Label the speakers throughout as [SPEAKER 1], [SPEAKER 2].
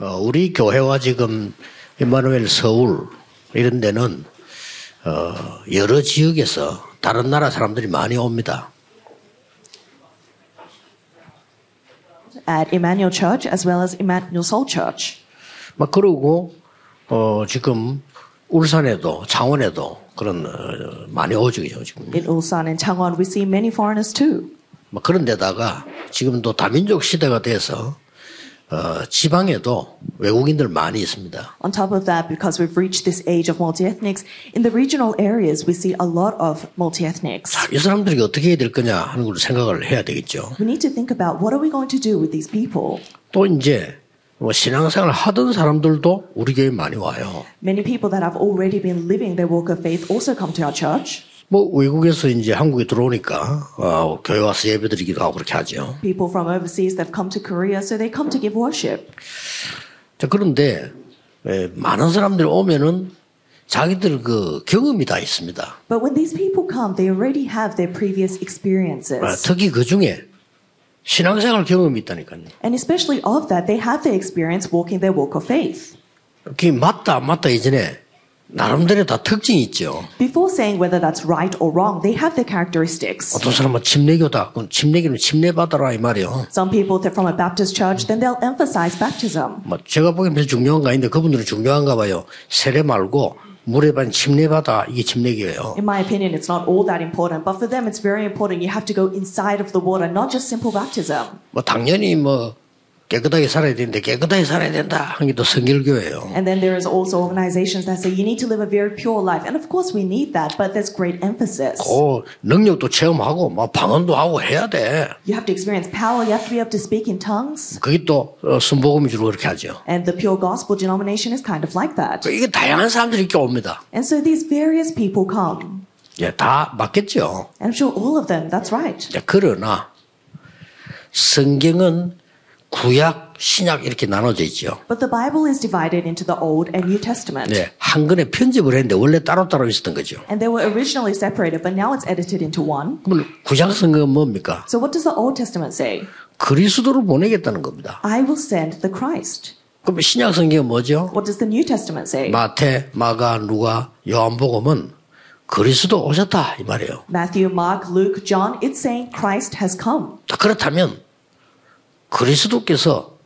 [SPEAKER 1] 어, 우리 교회와 지금 임마누엘 서울 이런 데는 어, 여러 지역에서 다른 나라 사람들이 많이 옵니다.
[SPEAKER 2] at Emmanuel Church as well as Emmanuel Soul Church.
[SPEAKER 1] 막 그러고 어, 지금 울산에도 창원에도 그런 어, 많이 오죠 지금.
[SPEAKER 2] In Ulsan and Changwon, we see many foreigners too.
[SPEAKER 1] 뭐 그런 데다가 지금도 다민족 시대가 돼서 어, 지방에도 외국인들 많이 있습니다.
[SPEAKER 2] On top of that, because we've reached this age of multi-ethnics, in the regional areas, we see a lot of multi-ethnics.
[SPEAKER 1] 이 사람들이 어떻게 해야 될 거냐 하는 걸 생각을 해야 되겠죠.
[SPEAKER 2] We need to think about what are we going to do with these people?
[SPEAKER 1] 또 이제 뭐 신앙생활 하던 사람들도 우리 교회 많이 와요.
[SPEAKER 2] Many people that have already been living their walk of faith also come to our church.
[SPEAKER 1] 뭐 외국에서 이제 한국에 들어오니까 어, 교회 와서 예배드리기도 하고 그렇게 하죠.
[SPEAKER 2] People from overseas, they've come to Korea, so they come to give worship.
[SPEAKER 1] 자, 그런데 예, 많은 사람들이 오면은 자기들 그 경험이 다 아, 있습니다.
[SPEAKER 2] But when these people come, they already have their previous
[SPEAKER 1] 아,
[SPEAKER 2] experiences.
[SPEAKER 1] 특히 그 중에 신앙생활 경험이 있다니까요.
[SPEAKER 2] And especially of that, they have their experience walking their walk of faith.
[SPEAKER 1] 그게 맞다 안 맞다 이전에 나름대로 다 특징이 있죠.
[SPEAKER 2] Before saying whether that's right or wrong, they have their characteristics.
[SPEAKER 1] 어떤 사람은 뭐 침례교다. 그럼 침례교는 침례받아라 이 말이요.
[SPEAKER 2] Some people, they're from a Baptist church, then they'll emphasize baptism.
[SPEAKER 1] 뭐 제가 보기엔 별로 중요한 거 아닌데 그분들은 중요한가 봐요. 세례 말고 물에 반 침례받아 이게 침례교예요.
[SPEAKER 2] In my opinion, it's not all that important, but for them, it's very important. You have to go inside of the water, not just simple baptism.
[SPEAKER 1] 뭐 당연히 뭐 깨끗하게 살아야 되는데 깨끗하게 살아야 된다 하는 게 또 성결교예요.
[SPEAKER 2] And then there is also organizations that say you need to live a very pure life. And of course, we need that, but there's great emphasis.
[SPEAKER 1] 어 능력도 체험하고 막 방언도 하고 해야 돼.
[SPEAKER 2] You have to experience power, you have to be able to speak in tongues.
[SPEAKER 1] 그게 또 어, 순복음 주로 그렇게 하죠.
[SPEAKER 2] And the pure gospel denomination is kind of like that.
[SPEAKER 1] 그 이게 다양한 사람들이 이렇게 옵니다.
[SPEAKER 2] And so these various people come.
[SPEAKER 1] 예, 다 맞겠죠.
[SPEAKER 2] And I'm sure all of them, that's right.
[SPEAKER 1] 자, 그러나 성경은 구약, 신약 이렇게 나눠져 있죠.
[SPEAKER 2] But the Bible is divided into the Old and New Testament.
[SPEAKER 1] 네, 한권에 편집을 했는데 원래 따로따로 있었던 거죠.
[SPEAKER 2] And they were originally separated, but now it's edited into one.
[SPEAKER 1] 그러면 구약 성경은 뭡니까?
[SPEAKER 2] So what does the Old Testament say?
[SPEAKER 1] 그리스도를 보내겠다는 겁니다.
[SPEAKER 2] I will send the Christ.
[SPEAKER 1] 그럼 신약 성경은 뭐죠?
[SPEAKER 2] What does the New Testament say?
[SPEAKER 1] 마태, 마가, 누가, 요한복음은 그리스도 오셨다 이 말이에요.
[SPEAKER 2] Matthew, Mark, Luke, John, it's saying Christ has come.
[SPEAKER 1] 자, 그렇다면 그리스도께서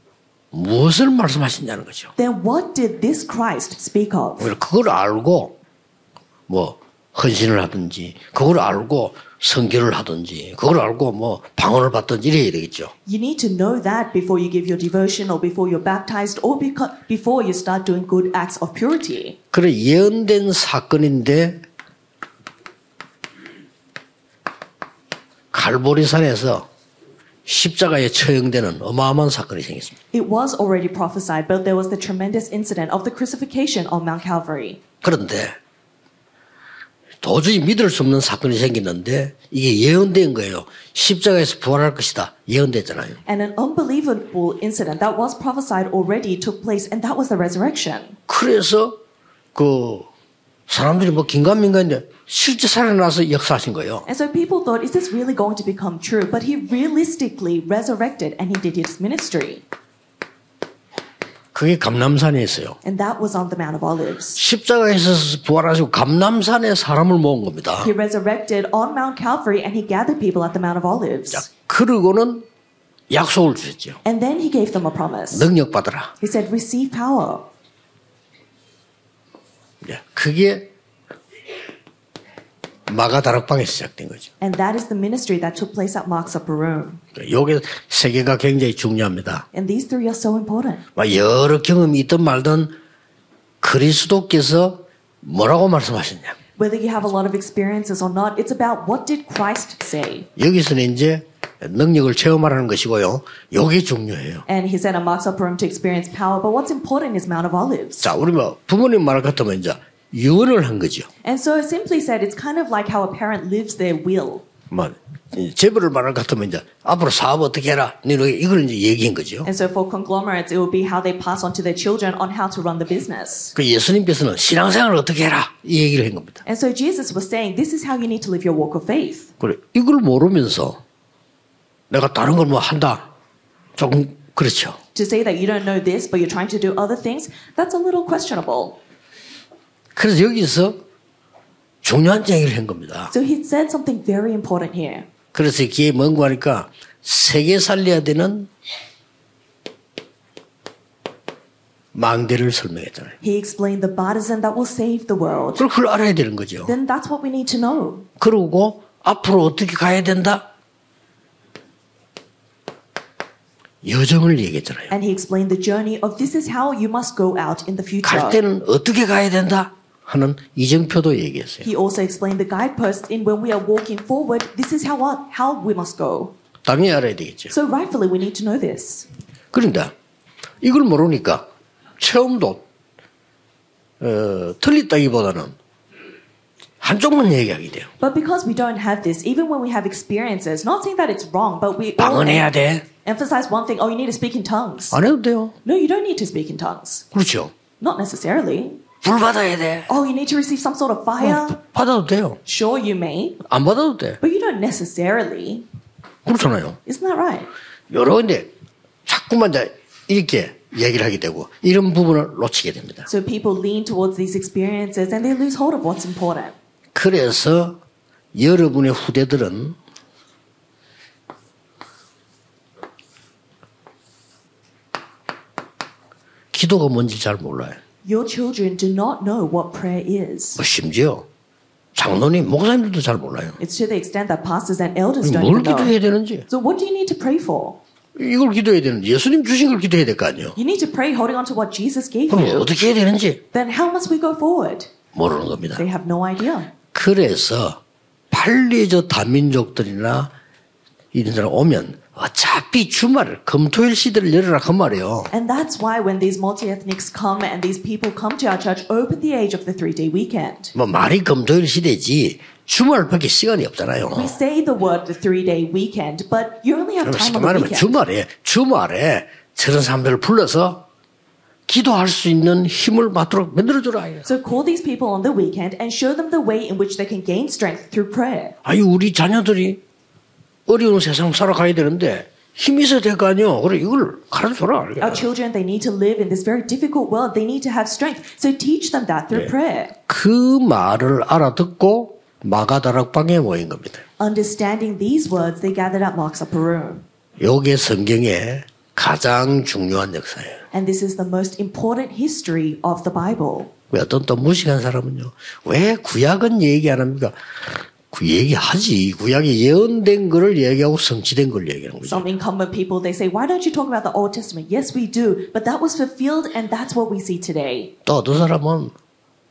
[SPEAKER 1] 무엇을 말씀하시냐는 거죠.
[SPEAKER 2] Then what did this Christ speak of?
[SPEAKER 1] 오히려 그걸 알고 뭐 헌신을 하든지 그걸 알고 성결을 하든지 그걸 알고 뭐 방언을 받든지 이래야 되겠죠.
[SPEAKER 2] You need to know that before you give your devotion or before you're baptized or beco- before you start doing good acts of purity.
[SPEAKER 1] 그래 예언된 사건인데 갈보리산에서 십자가에 처형되는 어마어마한 사건이 생겼습니다.
[SPEAKER 2] It was already prophesied, but there was the tremendous incident of the crucifixion on Mount Calvary.
[SPEAKER 1] 그런데 도저히 믿을 수 없는 사건이 생겼는데 이게 예언된 거예요. 십자가에서 부활할 것이다. 예언됐잖아요.
[SPEAKER 2] And an unbelievable incident that was prophesied already took place, and that was the resurrection.
[SPEAKER 1] 그래서 그 사람들이 뭐 긴가민가인데 실제 살아나서 역사하신 거예요.
[SPEAKER 2] And so people thought, is this really going to become true? But he realistically resurrected and he did his ministry.
[SPEAKER 1] 그게 감남산에 있어요.
[SPEAKER 2] And that was on the Mount of Olives.
[SPEAKER 1] 십자가에서 부활하시고 감남산에 사람을 모은 겁니다.
[SPEAKER 2] He resurrected on Mount Calvary and he gathered people at the Mount of
[SPEAKER 1] 자,
[SPEAKER 2] Olives.
[SPEAKER 1] 그러고는 약속을 주셨죠.
[SPEAKER 2] And then he gave them a promise.
[SPEAKER 1] 능력 받으라.
[SPEAKER 2] He said, receive power.
[SPEAKER 1] 예, 그게 마가 다락방에서 시작된 거죠.
[SPEAKER 2] And that is the ministry that took place at Mark's upper room.
[SPEAKER 1] 요게 세 개가 굉장히 중요합니다.
[SPEAKER 2] And these three are so important.
[SPEAKER 1] 막 여러 경험이 있든 말든 그리스도께서 뭐라고 말씀하셨냐.
[SPEAKER 2] Whether you have a lot of experiences or not, it's about what did Christ say?
[SPEAKER 1] 여기서는 이제 능력을 체험하라는 것이고요. 요게 중요해요.
[SPEAKER 2] And he said, I marks up room to experience power, but what's important is Mount of Olives.
[SPEAKER 1] 자, 우리 뭐 부모님 말 같으면 이제 유언을 한 거죠.
[SPEAKER 2] And so simply said, it's kind of like how a parent lives their will.
[SPEAKER 1] 뭐 이 재벌을 말할 것 같으면 이제 앞으로 사업 어떻게 해라. 너는 이걸 이제 얘기한 거죠.
[SPEAKER 2] And so for conglomerates, it will be how they pass on to their children on how to run the business.
[SPEAKER 1] 그 예수님께서는 신앙생활을 어떻게 해라 이 얘기를 한 겁니다.
[SPEAKER 2] And so Jesus was saying, this is how you need to live your walk of faith.
[SPEAKER 1] 그래 이걸 모르면서 내가 다른 걸 뭐 한다 조금 그렇죠.
[SPEAKER 2] to say that you don't know this, but you're trying to do other things, that's a little questionable.
[SPEAKER 1] 그래서 여기서 중요한 얘기를 한 겁니다.
[SPEAKER 2] So he said something very important here.
[SPEAKER 1] 그래서 기회 뭔고 하니까 세계 살려야 되는 망대를 설명했잖아요.
[SPEAKER 2] He explained the partisan that will save the world.
[SPEAKER 1] 그걸, 그걸 알아야 되는 거죠.
[SPEAKER 2] Then that's what we need to know.
[SPEAKER 1] 그러고 앞으로 어떻게 가야 된다? 여정을 얘기했잖아요.
[SPEAKER 2] And he explained the journey of this is how you must go out in the
[SPEAKER 1] 갈
[SPEAKER 2] future.
[SPEAKER 1] 때는 어떻게 가야 된다? 하는 이정표도 얘기했어요.
[SPEAKER 2] He also explained the guidepost in when we are walking forward, this is how, what- how we must go.
[SPEAKER 1] 당연히 알아야 되겠죠.
[SPEAKER 2] So rightfully, we need to know this.
[SPEAKER 1] 그런데 이걸 모르니까 체험도 어, 틀렸다기보다는 한쪽만 얘기하게 돼요.
[SPEAKER 2] But because we don't have this, even when we have experiences, not saying that it's wrong, but we all
[SPEAKER 1] 방언해야 돼.
[SPEAKER 2] emphasize one thing oh, you need to speak in tongues.
[SPEAKER 1] 안 해도 돼요.
[SPEAKER 2] No, you don't need to speak in tongues.
[SPEAKER 1] 그렇죠.
[SPEAKER 2] Not necessarily.
[SPEAKER 1] 불 받아야 돼.
[SPEAKER 2] Oh, you need to receive some sort of fire.
[SPEAKER 1] 받아도 돼요.
[SPEAKER 2] Sure, you may,
[SPEAKER 1] 안 받아도 돼.
[SPEAKER 2] but you don't necessarily.
[SPEAKER 1] 그렇잖아요.
[SPEAKER 2] Isn't that right?
[SPEAKER 1] 여러 군데 자꾸만 이제 이렇게 얘기를 하게 되고 이런 부분을 놓치게 됩니다.
[SPEAKER 2] So people lean towards these experiences and they lose hold of what's important.
[SPEAKER 1] 그래서 여러분의 후대들은 기도가 뭔지 잘 몰라요.
[SPEAKER 2] Your children do not know what prayer is.
[SPEAKER 1] 뭐 심지어 장로님, 목사님들도 잘 몰라요.
[SPEAKER 2] It's to the extent that pastors and elders don't
[SPEAKER 1] 뭘
[SPEAKER 2] even know.
[SPEAKER 1] 기도해야 되는지
[SPEAKER 2] So what do you need to pray for?
[SPEAKER 1] 이걸 기도해야 되는지 예수님 주신 걸 기도해야 될 거 아니에요.
[SPEAKER 2] You need to pray holding on to what Jesus gave
[SPEAKER 1] 그럼
[SPEAKER 2] you.
[SPEAKER 1] 어떻게 해야 되는지
[SPEAKER 2] Then how must we go forward?
[SPEAKER 1] 모르는 겁니다.
[SPEAKER 2] They have no idea.
[SPEAKER 1] 그래서 팔리저 다민족들이나 이런 사람 오면 어차피 주말 금토일 시대를 열어라 그 말이에요.
[SPEAKER 2] And that's why when these multi-ethnics come and these people come to our church over the age of the three-day weekend,
[SPEAKER 1] 뭐 말이 금토일 시대지 주말밖에 시간이 없잖아요.
[SPEAKER 2] we say the word the three-day weekend, but you only have
[SPEAKER 1] 그럼
[SPEAKER 2] time
[SPEAKER 1] 쉽게
[SPEAKER 2] on the
[SPEAKER 1] 말하면
[SPEAKER 2] weekend.
[SPEAKER 1] 주말에 주말에 저런 사람들을 불러서 기도할 수 있는 힘을 받도록 만들어줘라.
[SPEAKER 2] So call these people on the weekend and show them the way in which they can gain strength through prayer.
[SPEAKER 1] 아유 우리 자녀들이 어려운 세상 살아가야 되는데 힘이 있어야 될 거 아니요. 그래 이걸 가르쳐줘라.
[SPEAKER 2] Our children, they need to live in this very difficult world. They need to have strength. So teach them that through
[SPEAKER 1] Yeah.
[SPEAKER 2] prayer.
[SPEAKER 1] 그 말을 알아듣고 마가다락방에 모인 겁니다.
[SPEAKER 2] Understanding these words, they gathered at Mark's upper room.
[SPEAKER 1] 요게 성경의 가장 중요한 역사예요.
[SPEAKER 2] And this is the most important history of the Bible.
[SPEAKER 1] 왜 어떤 또 무식한 사람은요. 왜 구약은 얘기 안 합니까? 그 얘기하지. 구약이 예언된 거를 얘기하고 성취된 걸 얘기하는 거죠.
[SPEAKER 2] Some incumbent people, they say, why don't you talk about the Old Testament? Yes, we do, but that was fulfilled and that's what we see today.
[SPEAKER 1] 또 어떤 사람은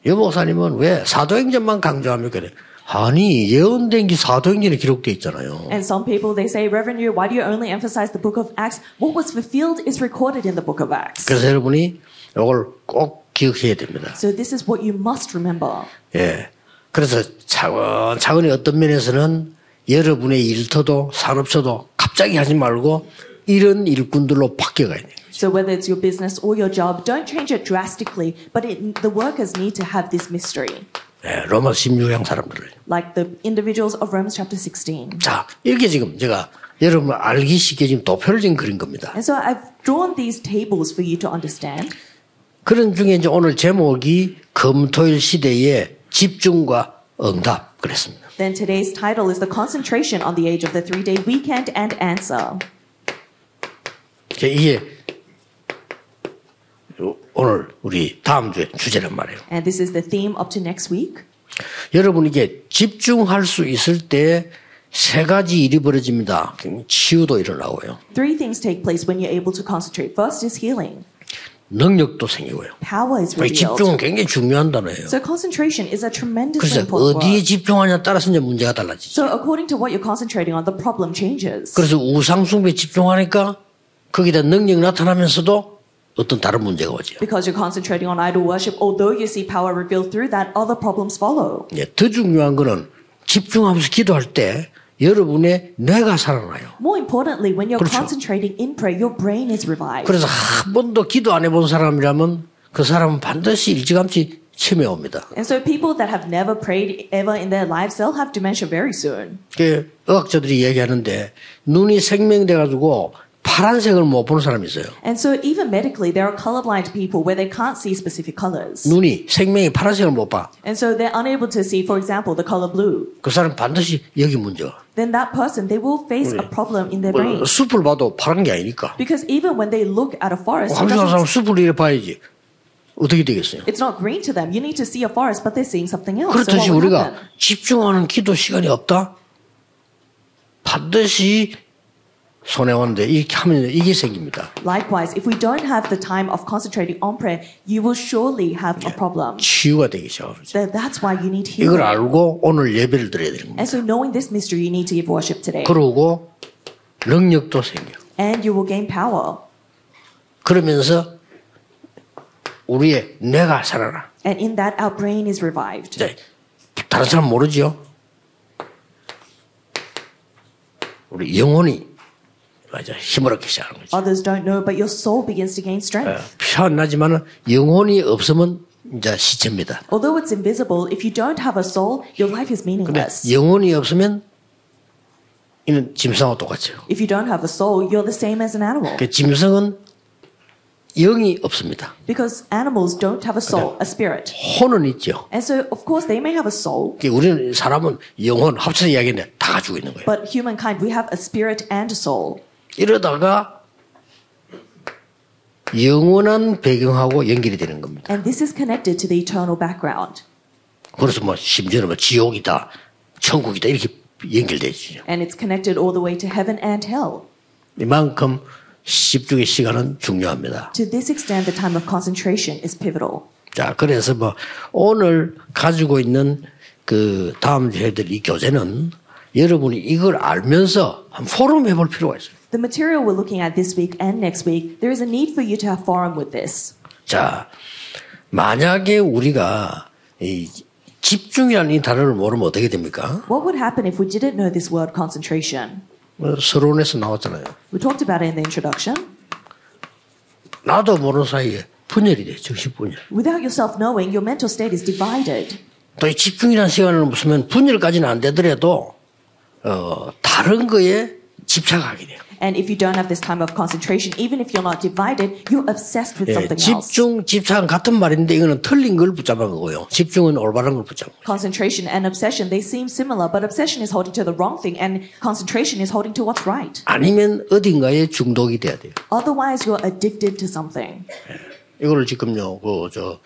[SPEAKER 1] 여 목사님은 왜 사도행전만 강조합니까? 그래. 아니 예언된 게 사도행전에 기록돼 있잖아요.
[SPEAKER 2] And some people, they say, Reverend Yu, why do you only emphasize the book of Acts? What was fulfilled is recorded in the book of Acts.
[SPEAKER 1] 그래서 여러분이 이걸 꼭 기억해야 됩니다.
[SPEAKER 2] So this is what you must remember.
[SPEAKER 1] 예. 그래서 차근차근히 어떤 면에서는 여러분의 일터도 산업소도 갑자기 하지 말고 이런 일꾼들로 바뀌어가야 돼요.
[SPEAKER 2] So whether it's your business or your job, don't change it drastically, but it, the workers need to have this mystery,
[SPEAKER 1] 예, 로마 16장 사람들을.
[SPEAKER 2] like the individuals of Romans chapter 16.
[SPEAKER 1] 자, 이렇게 지금 제가 여러분 알기 쉽게 지금 도표를 지금 그린 겁니다.
[SPEAKER 2] And so I've drawn these tables for you to understand.
[SPEAKER 1] 그런 중에 이제 오늘 제목이 금토일 시대의 집중과 응답 그랬습니다.
[SPEAKER 2] Then today's title is The Concentration on the Age of the Three Day Weekend and Answer.
[SPEAKER 1] 이제 이게 오늘 우리 다음 주에 주제란 말이에요.
[SPEAKER 2] And this is the theme up to next week.
[SPEAKER 1] 여러분 이게 집중할 수 있을 때 세 가지 일이 벌어집니다. 치유도 일어나고요.
[SPEAKER 2] Three things take place when you're able to concentrate. First is healing,
[SPEAKER 1] 능력도 생기고요.
[SPEAKER 2] power is
[SPEAKER 1] 이
[SPEAKER 2] revealed.
[SPEAKER 1] 집중은 굉장히 중요한 단어예요.
[SPEAKER 2] So concentration is a tremendously
[SPEAKER 1] 그래서
[SPEAKER 2] important
[SPEAKER 1] 어디에
[SPEAKER 2] word.
[SPEAKER 1] 집중하냐에 따라서 이제 문제가 달라지죠.
[SPEAKER 2] So according to what you're concentrating on, the problem changes.
[SPEAKER 1] 그래서 우상숭배에 집중하니까 거기다 능력이 나타나면서도 어떤 다른 문제가 오죠.
[SPEAKER 2] Because you're concentrating on idol worship, although you see power revealed through that, other problems follow.
[SPEAKER 1] 예, 더 중요한 거는 집중하면서 기도할 때 여러분의 뇌가 살아나요.
[SPEAKER 2] More importantly, when you're
[SPEAKER 1] 그렇죠.
[SPEAKER 2] concentrating in prayer, your brain is revived.
[SPEAKER 1] 그래서 한 번도 기도 안 해본 사람이라면 그 사람은 반드시 일찌감치 치매 옵니다.
[SPEAKER 2] And so people that have never prayed ever in their lives, they'll have dementia very soon.
[SPEAKER 1] 그 의학자들이 얘기하는데 눈이 생명돼 가지고 파란색을 못 보는 사람이 있어요.
[SPEAKER 2] And so, even medically, there are colorblind people where they can't see specific colors.
[SPEAKER 1] 눈이 생명이 파란색을 못 봐.
[SPEAKER 2] And so, they're unable to see, for example, the color blue.
[SPEAKER 1] 그 사람 반드시 여기 문제.
[SPEAKER 2] Then that person, they will face a problem in their brain.
[SPEAKER 1] 뭐, 숲을 봐도 파란 게 아니니까.
[SPEAKER 2] Because even when they look at a forest, it
[SPEAKER 1] 감정한 사람
[SPEAKER 2] doesn't-
[SPEAKER 1] 숲을 이래 봐야지. 어떻게 되겠어요?
[SPEAKER 2] it's not green to them. You need to see a forest, but they're seeing something else. So
[SPEAKER 1] 그렇듯이
[SPEAKER 2] what would happen?
[SPEAKER 1] 우리가 집중하는 기도 시간이 없다. 반드시 손해원데 이렇게 하면 이게 생깁니다.
[SPEAKER 2] Likewise, if we don't have the time of concentrating on prayer, you will surely have a problem.
[SPEAKER 1] 치유가 되기 시작합니다.
[SPEAKER 2] So that's why you need
[SPEAKER 1] 이걸
[SPEAKER 2] healing.
[SPEAKER 1] 알고 오늘 예배를 드려야 되는 겁니다.
[SPEAKER 2] And so, knowing this mystery, you need to give worship today,
[SPEAKER 1] 그러고 능력도 생겨.
[SPEAKER 2] and you will gain power.
[SPEAKER 1] 그러면서 우리의 내가 살아라.
[SPEAKER 2] And in that, our brain is revived.
[SPEAKER 1] 이제 다른 사람 모르지요. 우리 영혼이 맞아 힘을 얻기 시작하는 거죠.
[SPEAKER 2] Others don't know, but your soul begins to gain strength.
[SPEAKER 1] 표현하지만 영혼이 없으면 이제 시체입니다.
[SPEAKER 2] Although it's invisible, if you don't have a soul, your life is
[SPEAKER 1] 근데
[SPEAKER 2] meaningless.
[SPEAKER 1] 영혼이 없으면 이는 짐승하고 똑같아요.
[SPEAKER 2] If you don't have a soul, you're the same as an animal.
[SPEAKER 1] 그 짐승은 영이 없습니다.
[SPEAKER 2] Because animals don't have a soul, a spirit.
[SPEAKER 1] 혼은 있죠.
[SPEAKER 2] And so, of course, they may have a soul,
[SPEAKER 1] 그 우리는 사람은 영혼 합쳐서 이야기하는데 다 가지고 있는 거예요.
[SPEAKER 2] but humankind, we have a spirit and a soul.
[SPEAKER 1] 이러다가 영원한 배경하고 연결이 되는 겁니다.
[SPEAKER 2] And this is connected to the eternal background.
[SPEAKER 1] 그래서 뭐 심지어는 뭐 지옥이다, 천국이다 이렇게 연결되죠.
[SPEAKER 2] And it's connected all the way to heaven and hell.
[SPEAKER 1] 이만큼 집중의 시간은 중요합니다.
[SPEAKER 2] To this extent, the time of concentration is pivotal.
[SPEAKER 1] 자, 그래서 뭐 오늘 가지고 있는 그 다음 주에 해드릴 이 교재는 여러분이 이걸 알면서 한 포럼 해볼 필요가 있어요.
[SPEAKER 2] The material we're looking at this week and next week, there is a need for you to have forum with this.
[SPEAKER 1] 자, 만약에 우리가 이 집중이라는 이 단어를 모르면 어떻게 됩니까?
[SPEAKER 2] What would happen if we didn't know this word concentration?
[SPEAKER 1] 뭐 서론에서 나왔잖아요.
[SPEAKER 2] We talked about it in the introduction.
[SPEAKER 1] 나도 모르는 사이에 분열이 돼, 정신 분열.
[SPEAKER 2] Without yourself knowing, your mental state is divided.
[SPEAKER 1] 또 이 집중이라는 시간을 무슨 분열까지는 안 되더라도 어, 다른 거에 집착하게 돼요.
[SPEAKER 2] And if you don't have this time of concentration, even if you're not divided, you're obsessed with
[SPEAKER 1] 예,
[SPEAKER 2] something else.
[SPEAKER 1] 집중, 집착은 같은 말인데 이거는 틀린 걸 붙잡은 거고요. 집중은 올바른 걸 붙잡은 거예요.
[SPEAKER 2] Concentration and obsession, they seem similar, but obsession is holding to the wrong thing and concentration is holding to what's right.
[SPEAKER 1] 아니면 어딘가에 중독이 돼야 돼요.
[SPEAKER 2] Otherwise, you're addicted to something.
[SPEAKER 1] 이거를 지금요, 그, 저,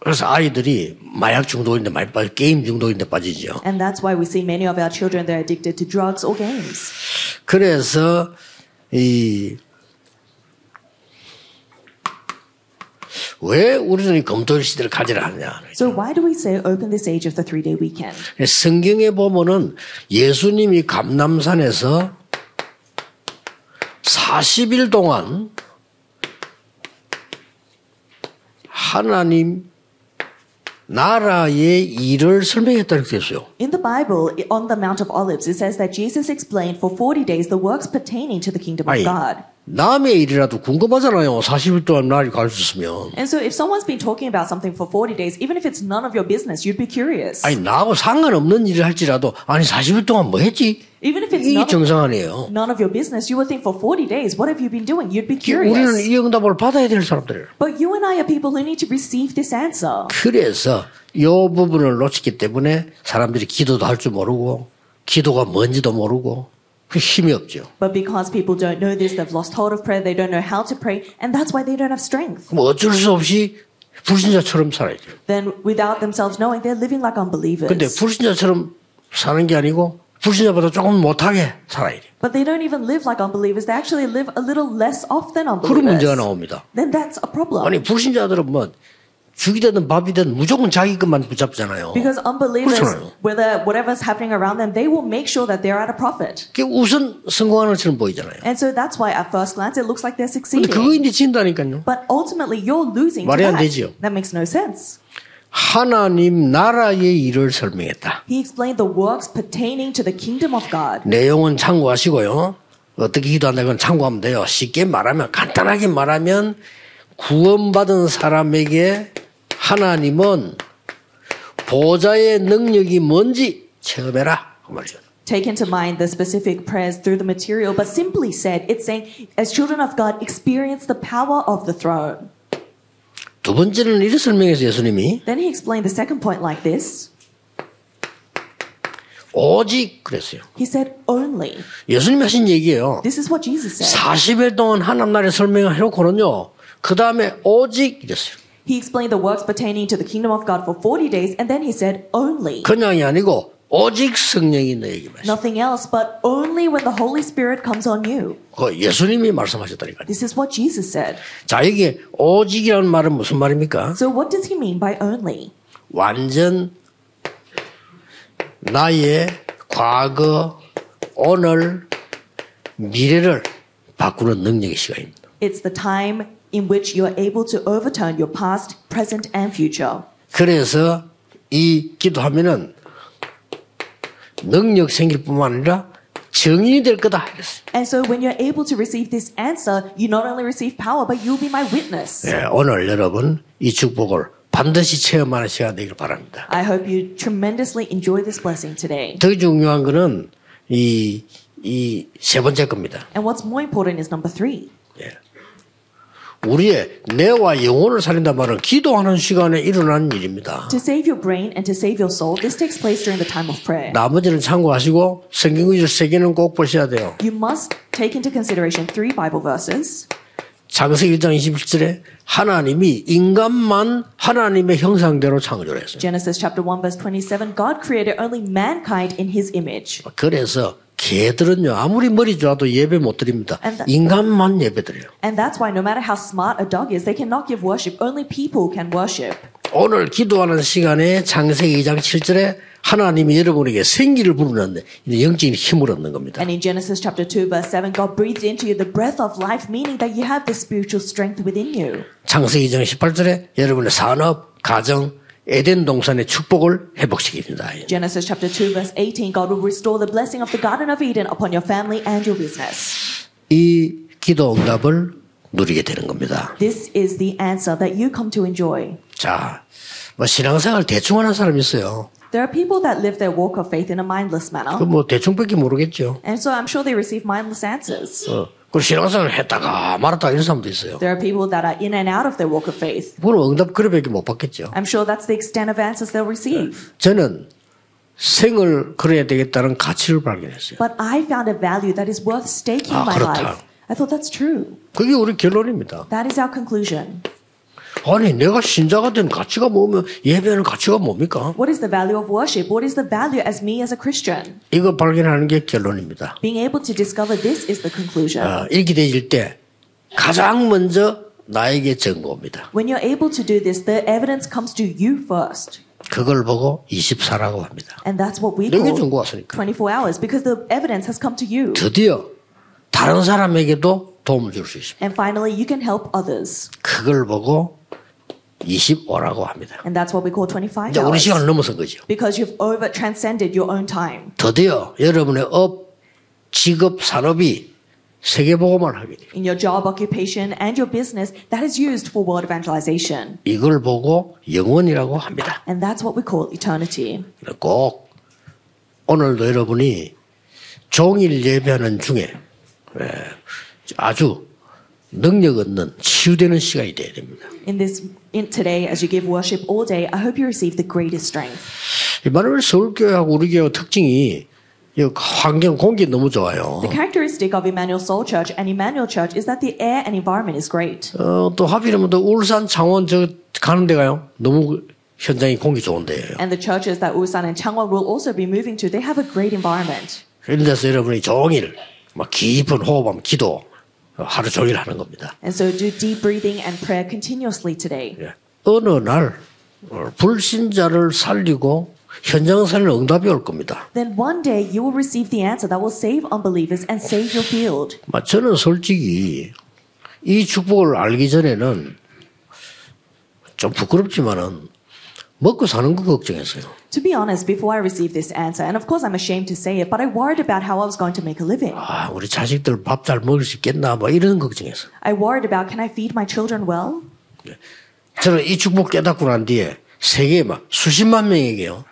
[SPEAKER 1] 그래서 아이들이 마약 중독인데 많이 빠지, 게임 중독인데 빠지죠.
[SPEAKER 2] And that's why we see many of our children, they're addicted to drugs or games.
[SPEAKER 1] 그래서, 이, 왜 우리는 이 검토 시대를 가지라 하냐.
[SPEAKER 2] So, why do we say open this age of the three day weekend?
[SPEAKER 1] 성경에 보면은 예수님이 감남산에서 40일 동안 하나님 나라의 일을 설명했다고 되어 있어요.
[SPEAKER 2] In the Bible, i- on the Mount of Olives, it says that Jesus explained for 40 days the works pertaining to the kingdom of
[SPEAKER 1] 아니,
[SPEAKER 2] God.
[SPEAKER 1] 남의 일이라도 궁금하잖아요. 40일 동안 나를 가르쳤으면.
[SPEAKER 2] And so, if someone's been talking about something for 40 days, even if it's none of your business, you'd be curious.
[SPEAKER 1] 아니 나하고 상관없는 일을 할지라도 아니 40일 동안 뭐 했지?
[SPEAKER 2] Even if it's
[SPEAKER 1] 이게
[SPEAKER 2] none of,
[SPEAKER 1] 정상 아니에요.
[SPEAKER 2] none of your business, you would think for 40 days, what have you been doing? You'd be
[SPEAKER 1] 우리는
[SPEAKER 2] curious.
[SPEAKER 1] 이 응답을 받아야 될 사람들이에요.
[SPEAKER 2] But you and I are people who need to receive this answer.
[SPEAKER 1] 그래서 이 부분을 놓쳤기 때문에 사람들이 기도도 할 줄 모르고 기도가 뭔지도 모르고 그 힘이 없죠.
[SPEAKER 2] But because people don't know this, they've lost hold of prayer, they don't know how to pray, and that's why they don't have strength.
[SPEAKER 1] 그럼 어쩔 수 없이 불신자처럼 살아야죠.
[SPEAKER 2] Then, without themselves knowing, they're living like
[SPEAKER 1] 근데
[SPEAKER 2] unbelievers.
[SPEAKER 1] 불신자처럼 사는 게 아니고 불신자보다 조금 못하게 살아야 돼요.
[SPEAKER 2] But they don't even live like unbelievers, they actually live a little less off than
[SPEAKER 1] 그런 문제가
[SPEAKER 2] unbelievers.
[SPEAKER 1] 나옵니다.
[SPEAKER 2] Then that's a problem.
[SPEAKER 1] 아니 불신자들은 뭐 죽이 되든 밥이 되든 무조건 자기 것만 붙잡잖아요.
[SPEAKER 2] Because unbelievers,
[SPEAKER 1] 그렇잖아요.
[SPEAKER 2] whether whatever's happening around them, they will make sure that they're at a profit.
[SPEAKER 1] 그게 우선 성공하는 것처럼 보이잖아요.
[SPEAKER 2] And so that's why at first glance it looks like they're
[SPEAKER 1] 근데
[SPEAKER 2] succeeding.
[SPEAKER 1] 그거인지 진다니까요.
[SPEAKER 2] But ultimately you're losing. To
[SPEAKER 1] 말이 안
[SPEAKER 2] that.
[SPEAKER 1] 되지요.
[SPEAKER 2] that makes no sense.
[SPEAKER 1] 하나님 나라의 일을 설명했다.
[SPEAKER 2] He explained the works pertaining to the kingdom of God.
[SPEAKER 1] 내용은 참고하시고요. 어떻게 기도한다는 건 참고하면 돼요. 쉽게 말하면, 간단하게 말하면, 구원받은 사람에게 하나님은 보좌의 능력이 뭔지 체험해라. 그 말이죠.
[SPEAKER 2] take into mind the specific prayers through the material, but simply said, it's saying, as children of God, experience the power of the throne.
[SPEAKER 1] 두 번째는 이렇게 설명해서 예수님이
[SPEAKER 2] Then he explained the second point like this.
[SPEAKER 1] 오직 그랬어요.
[SPEAKER 2] He 사id only.
[SPEAKER 1] 예수님이 하신 얘기예요.
[SPEAKER 2] This is what Jesus said.
[SPEAKER 1] 40일 동안 하나님 나라의 설명을 해놓고는요. 그 다음에 오직 이랬어요.
[SPEAKER 2] He explained the works pertaining to the kingdom of God for 40 days and then he said only.
[SPEAKER 1] 그냥이 아니고 오직 성령이 너에게만 있어.
[SPEAKER 2] Nothing else but only when the Holy Spirit comes on you.
[SPEAKER 1] 그 예수님이 말씀하셨다니까요.
[SPEAKER 2] This is what Jesus said.
[SPEAKER 1] 자, 여기 오직이라는 말은 무슨 말입니까?
[SPEAKER 2] So what does he mean by only?
[SPEAKER 1] 완전 나의 과거, 오늘, 미래를 바꾸는 능력의 시간입니다.
[SPEAKER 2] It's the time in which you are able to overturn your past, present and future.
[SPEAKER 1] 그래서 이 기도하면은 능력 생길 뿐만 아니라 정인이 될 거다. 이랬어요.
[SPEAKER 2] And so when you're able to receive this answer, you not only receive power, but you'll be my witness.
[SPEAKER 1] 예, 오늘 여러분 이 축복을 반드시 체험하는 시간 되길 바랍니다.
[SPEAKER 2] I hope you tremendously enjoy this blessing today.
[SPEAKER 1] 더 중요한 거는 이, 이 세 번째 겁니다.
[SPEAKER 2] And what's more important is number three.
[SPEAKER 1] 우리의 뇌와 영혼을 살린단 말은 기도하는 시간에 일어난 일입니다.
[SPEAKER 2] To save your brain and to save your soul, this takes place during the time of prayer.
[SPEAKER 1] 나머지는 참고하시고 성경구절 세 개는 꼭 보셔야 돼요.
[SPEAKER 2] You must take into consideration three Bible verses.
[SPEAKER 1] 창세기 1장 21절에 하나님이 인간만 하나님의 형상대로 창조를 했어요.
[SPEAKER 2] Genesis chapter 1 verse 27, God created only mankind in his image.
[SPEAKER 1] 그래서 개들은요 아무리 머리 좋아도 예배 못 드립니다. 인간만 예배 드려요.
[SPEAKER 2] And that's why no matter how smart a dog is, they cannot give worship. Only people can worship.
[SPEAKER 1] 오늘 기도하는 시간에 창세기 2장 7절에 하나님이 여러분에게 생기를 부르는데 이제 영적인 힘을 얻는 겁니다.
[SPEAKER 2] And in Genesis chapter 2 verse 7, God breathed into you the breath of life, meaning that you have this spiritual strength within you.
[SPEAKER 1] 창세기 2장 18절에 여러분의 산업, 가정, 에덴 동산의 축복을 회복시킵니다.
[SPEAKER 2] Genesis chapter 2 verse 18, God will restore the blessing of the Garden of Eden upon your family and your business.
[SPEAKER 1] 이 기도 응답을 누리게 되는 겁니다.
[SPEAKER 2] This is the answer that you come to enjoy.
[SPEAKER 1] 자, 뭐 신앙생활 대충 하는 사람 있어요.
[SPEAKER 2] There are people that live their walk of faith in a mindless manner,
[SPEAKER 1] 그뭐 대충밖에 모르겠죠.
[SPEAKER 2] and so I'm sure they receive mindless answers.
[SPEAKER 1] 어, 그 신앙생활 했다가 말았다 이런 사람도 있어요.
[SPEAKER 2] There are people that are in and out of their walk of faith.
[SPEAKER 1] 그럼 응답 그래밖에 못 받겠죠.
[SPEAKER 2] I'm sure that's the extent of answers they'll receive.
[SPEAKER 1] 저는 생을 걸어야 되겠다는 가치를 발견했어요.
[SPEAKER 2] But I found a value that is worth staking
[SPEAKER 1] Ah,
[SPEAKER 2] my
[SPEAKER 1] 그렇다.
[SPEAKER 2] life. I thought that's true.
[SPEAKER 1] 그게 우리 결론입니다.
[SPEAKER 2] That is our conclusion.
[SPEAKER 1] 아니 내가 신자가 된 가치가 뭐면 예배하는 가치가 뭡니까?
[SPEAKER 2] What is the value of worship? What is the value as me as a Christian?
[SPEAKER 1] 이거 발견하는 게 결론입니다.
[SPEAKER 2] Being able to discover this is the conclusion.
[SPEAKER 1] 아, 이렇게 되질 때 가장 먼저 나에게 증거입니다.
[SPEAKER 2] When you're able to do this, the evidence comes to you first.
[SPEAKER 1] 그걸 보고 24라고 합니다.
[SPEAKER 2] And that's what we
[SPEAKER 1] 내게
[SPEAKER 2] call
[SPEAKER 1] 증거 왔으니까
[SPEAKER 2] 24 hours because the evidence has come to you.
[SPEAKER 1] 드디어 다른 사람에게도 도움을 줄 수 있습니다.
[SPEAKER 2] And finally, you can help others.
[SPEAKER 1] 그걸 보고 25라고 합니다.
[SPEAKER 2] And that's what we call 25
[SPEAKER 1] 이제 우리
[SPEAKER 2] hours.
[SPEAKER 1] 시간을 넘어선 거죠.
[SPEAKER 2] Because you've over transcended your own time.
[SPEAKER 1] 드디어 여러분의 업, 직업, 산업이 세계복음을 하게 돼요.
[SPEAKER 2] In your job, occupation, and your business, that is used for world evangelization.
[SPEAKER 1] 이걸 보고 영원이라고 합니다.
[SPEAKER 2] And that's what we call eternity.
[SPEAKER 1] 네, 꼭 오늘도 여러분이 종일 예배하는 중에 예, 아주 능력 얻는 치유되는 시간이 되어야 됩니다.
[SPEAKER 2] In this in today, as you give worship all day, I hope you receive the greatest strength.
[SPEAKER 1] 이 말하면 서울교회하고 우리 교회 특징이 이 환경 공기 너무 좋아요.
[SPEAKER 2] The characteristic of Emmanuel Soul Church and Emmanuel Church is that the air and environment is great.
[SPEAKER 1] 어, 또 하필이면 또 울산, 창원 저 가는 데가요. 너무 현장이 공기 좋은데요.
[SPEAKER 2] And the churches that Ulsan and Changwon will also be moving to, they have a great environment.
[SPEAKER 1] 이런 데서 여러분이 종일 막 깊은 호흡하면 기도 어, 하루 종일 하는 겁니다.
[SPEAKER 2] And so do deep breathing and prayer continuously today.
[SPEAKER 1] 예. 어느 날 어, 불신자를 살리고 현장 살리는 응답이 올 겁니다.
[SPEAKER 2] Then one day you will receive the answer that will save unbelievers and save your field.
[SPEAKER 1] 마, 저는 솔직히 이 축복을 알기 전에는 좀 부끄럽지만은 먹고 사는 거 걱정했어요.
[SPEAKER 2] To be honest, before I received this answer, and of course I'm ashamed to say it, but I worried about how I was going to make a living.
[SPEAKER 1] 아, 우리 자식들 밥 잘 먹을 수 있겠나, 뭐 이런 걱정했어요.
[SPEAKER 2] I worried about can I feed my children well?
[SPEAKER 1] 저는 이 축복 깨닫고 난 뒤에 세계에 막 수십만 명에게요.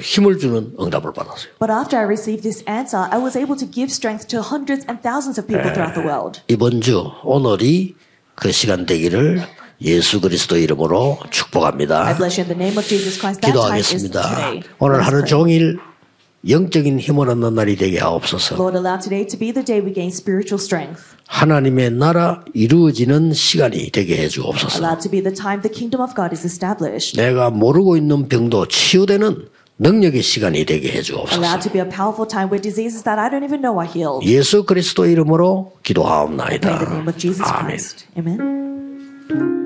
[SPEAKER 1] 힘을 주는 응답을 받았어요.
[SPEAKER 2] But after I received this answer, I was able to give strength to hundreds and thousands of people throughout the world.
[SPEAKER 1] 이번 주 오늘이 그 시간 되기를 예수 그리스도 이름으로
[SPEAKER 2] I
[SPEAKER 1] 축복합니다.
[SPEAKER 2] bless you in the name of Jesus Christ. That time is
[SPEAKER 1] 기도하겠습니다.
[SPEAKER 2] today.
[SPEAKER 1] 오늘
[SPEAKER 2] Let's
[SPEAKER 1] 하루
[SPEAKER 2] pray.
[SPEAKER 1] 종일 영적인 힘을 얻는 날이 되게 하옵소서.
[SPEAKER 2] Lord, allow today to be the day we gain spiritual strength.
[SPEAKER 1] 하나님의 나라 이루어지는 시간이 되게 해 주옵소서.
[SPEAKER 2] Allow to be the time the kingdom of God is established.
[SPEAKER 1] 내가 모르고 있는 병도 치유되는 능력의 시간이 되게 해
[SPEAKER 2] Allow
[SPEAKER 1] 주옵소서.
[SPEAKER 2] to be a powerful time where diseases that I don't even know are healed.
[SPEAKER 1] 예수 그리스도 이름으로
[SPEAKER 2] Pray in the
[SPEAKER 1] 기도하옵나이다.
[SPEAKER 2] name of Jesus
[SPEAKER 1] 아멘.
[SPEAKER 2] Christ. Amen.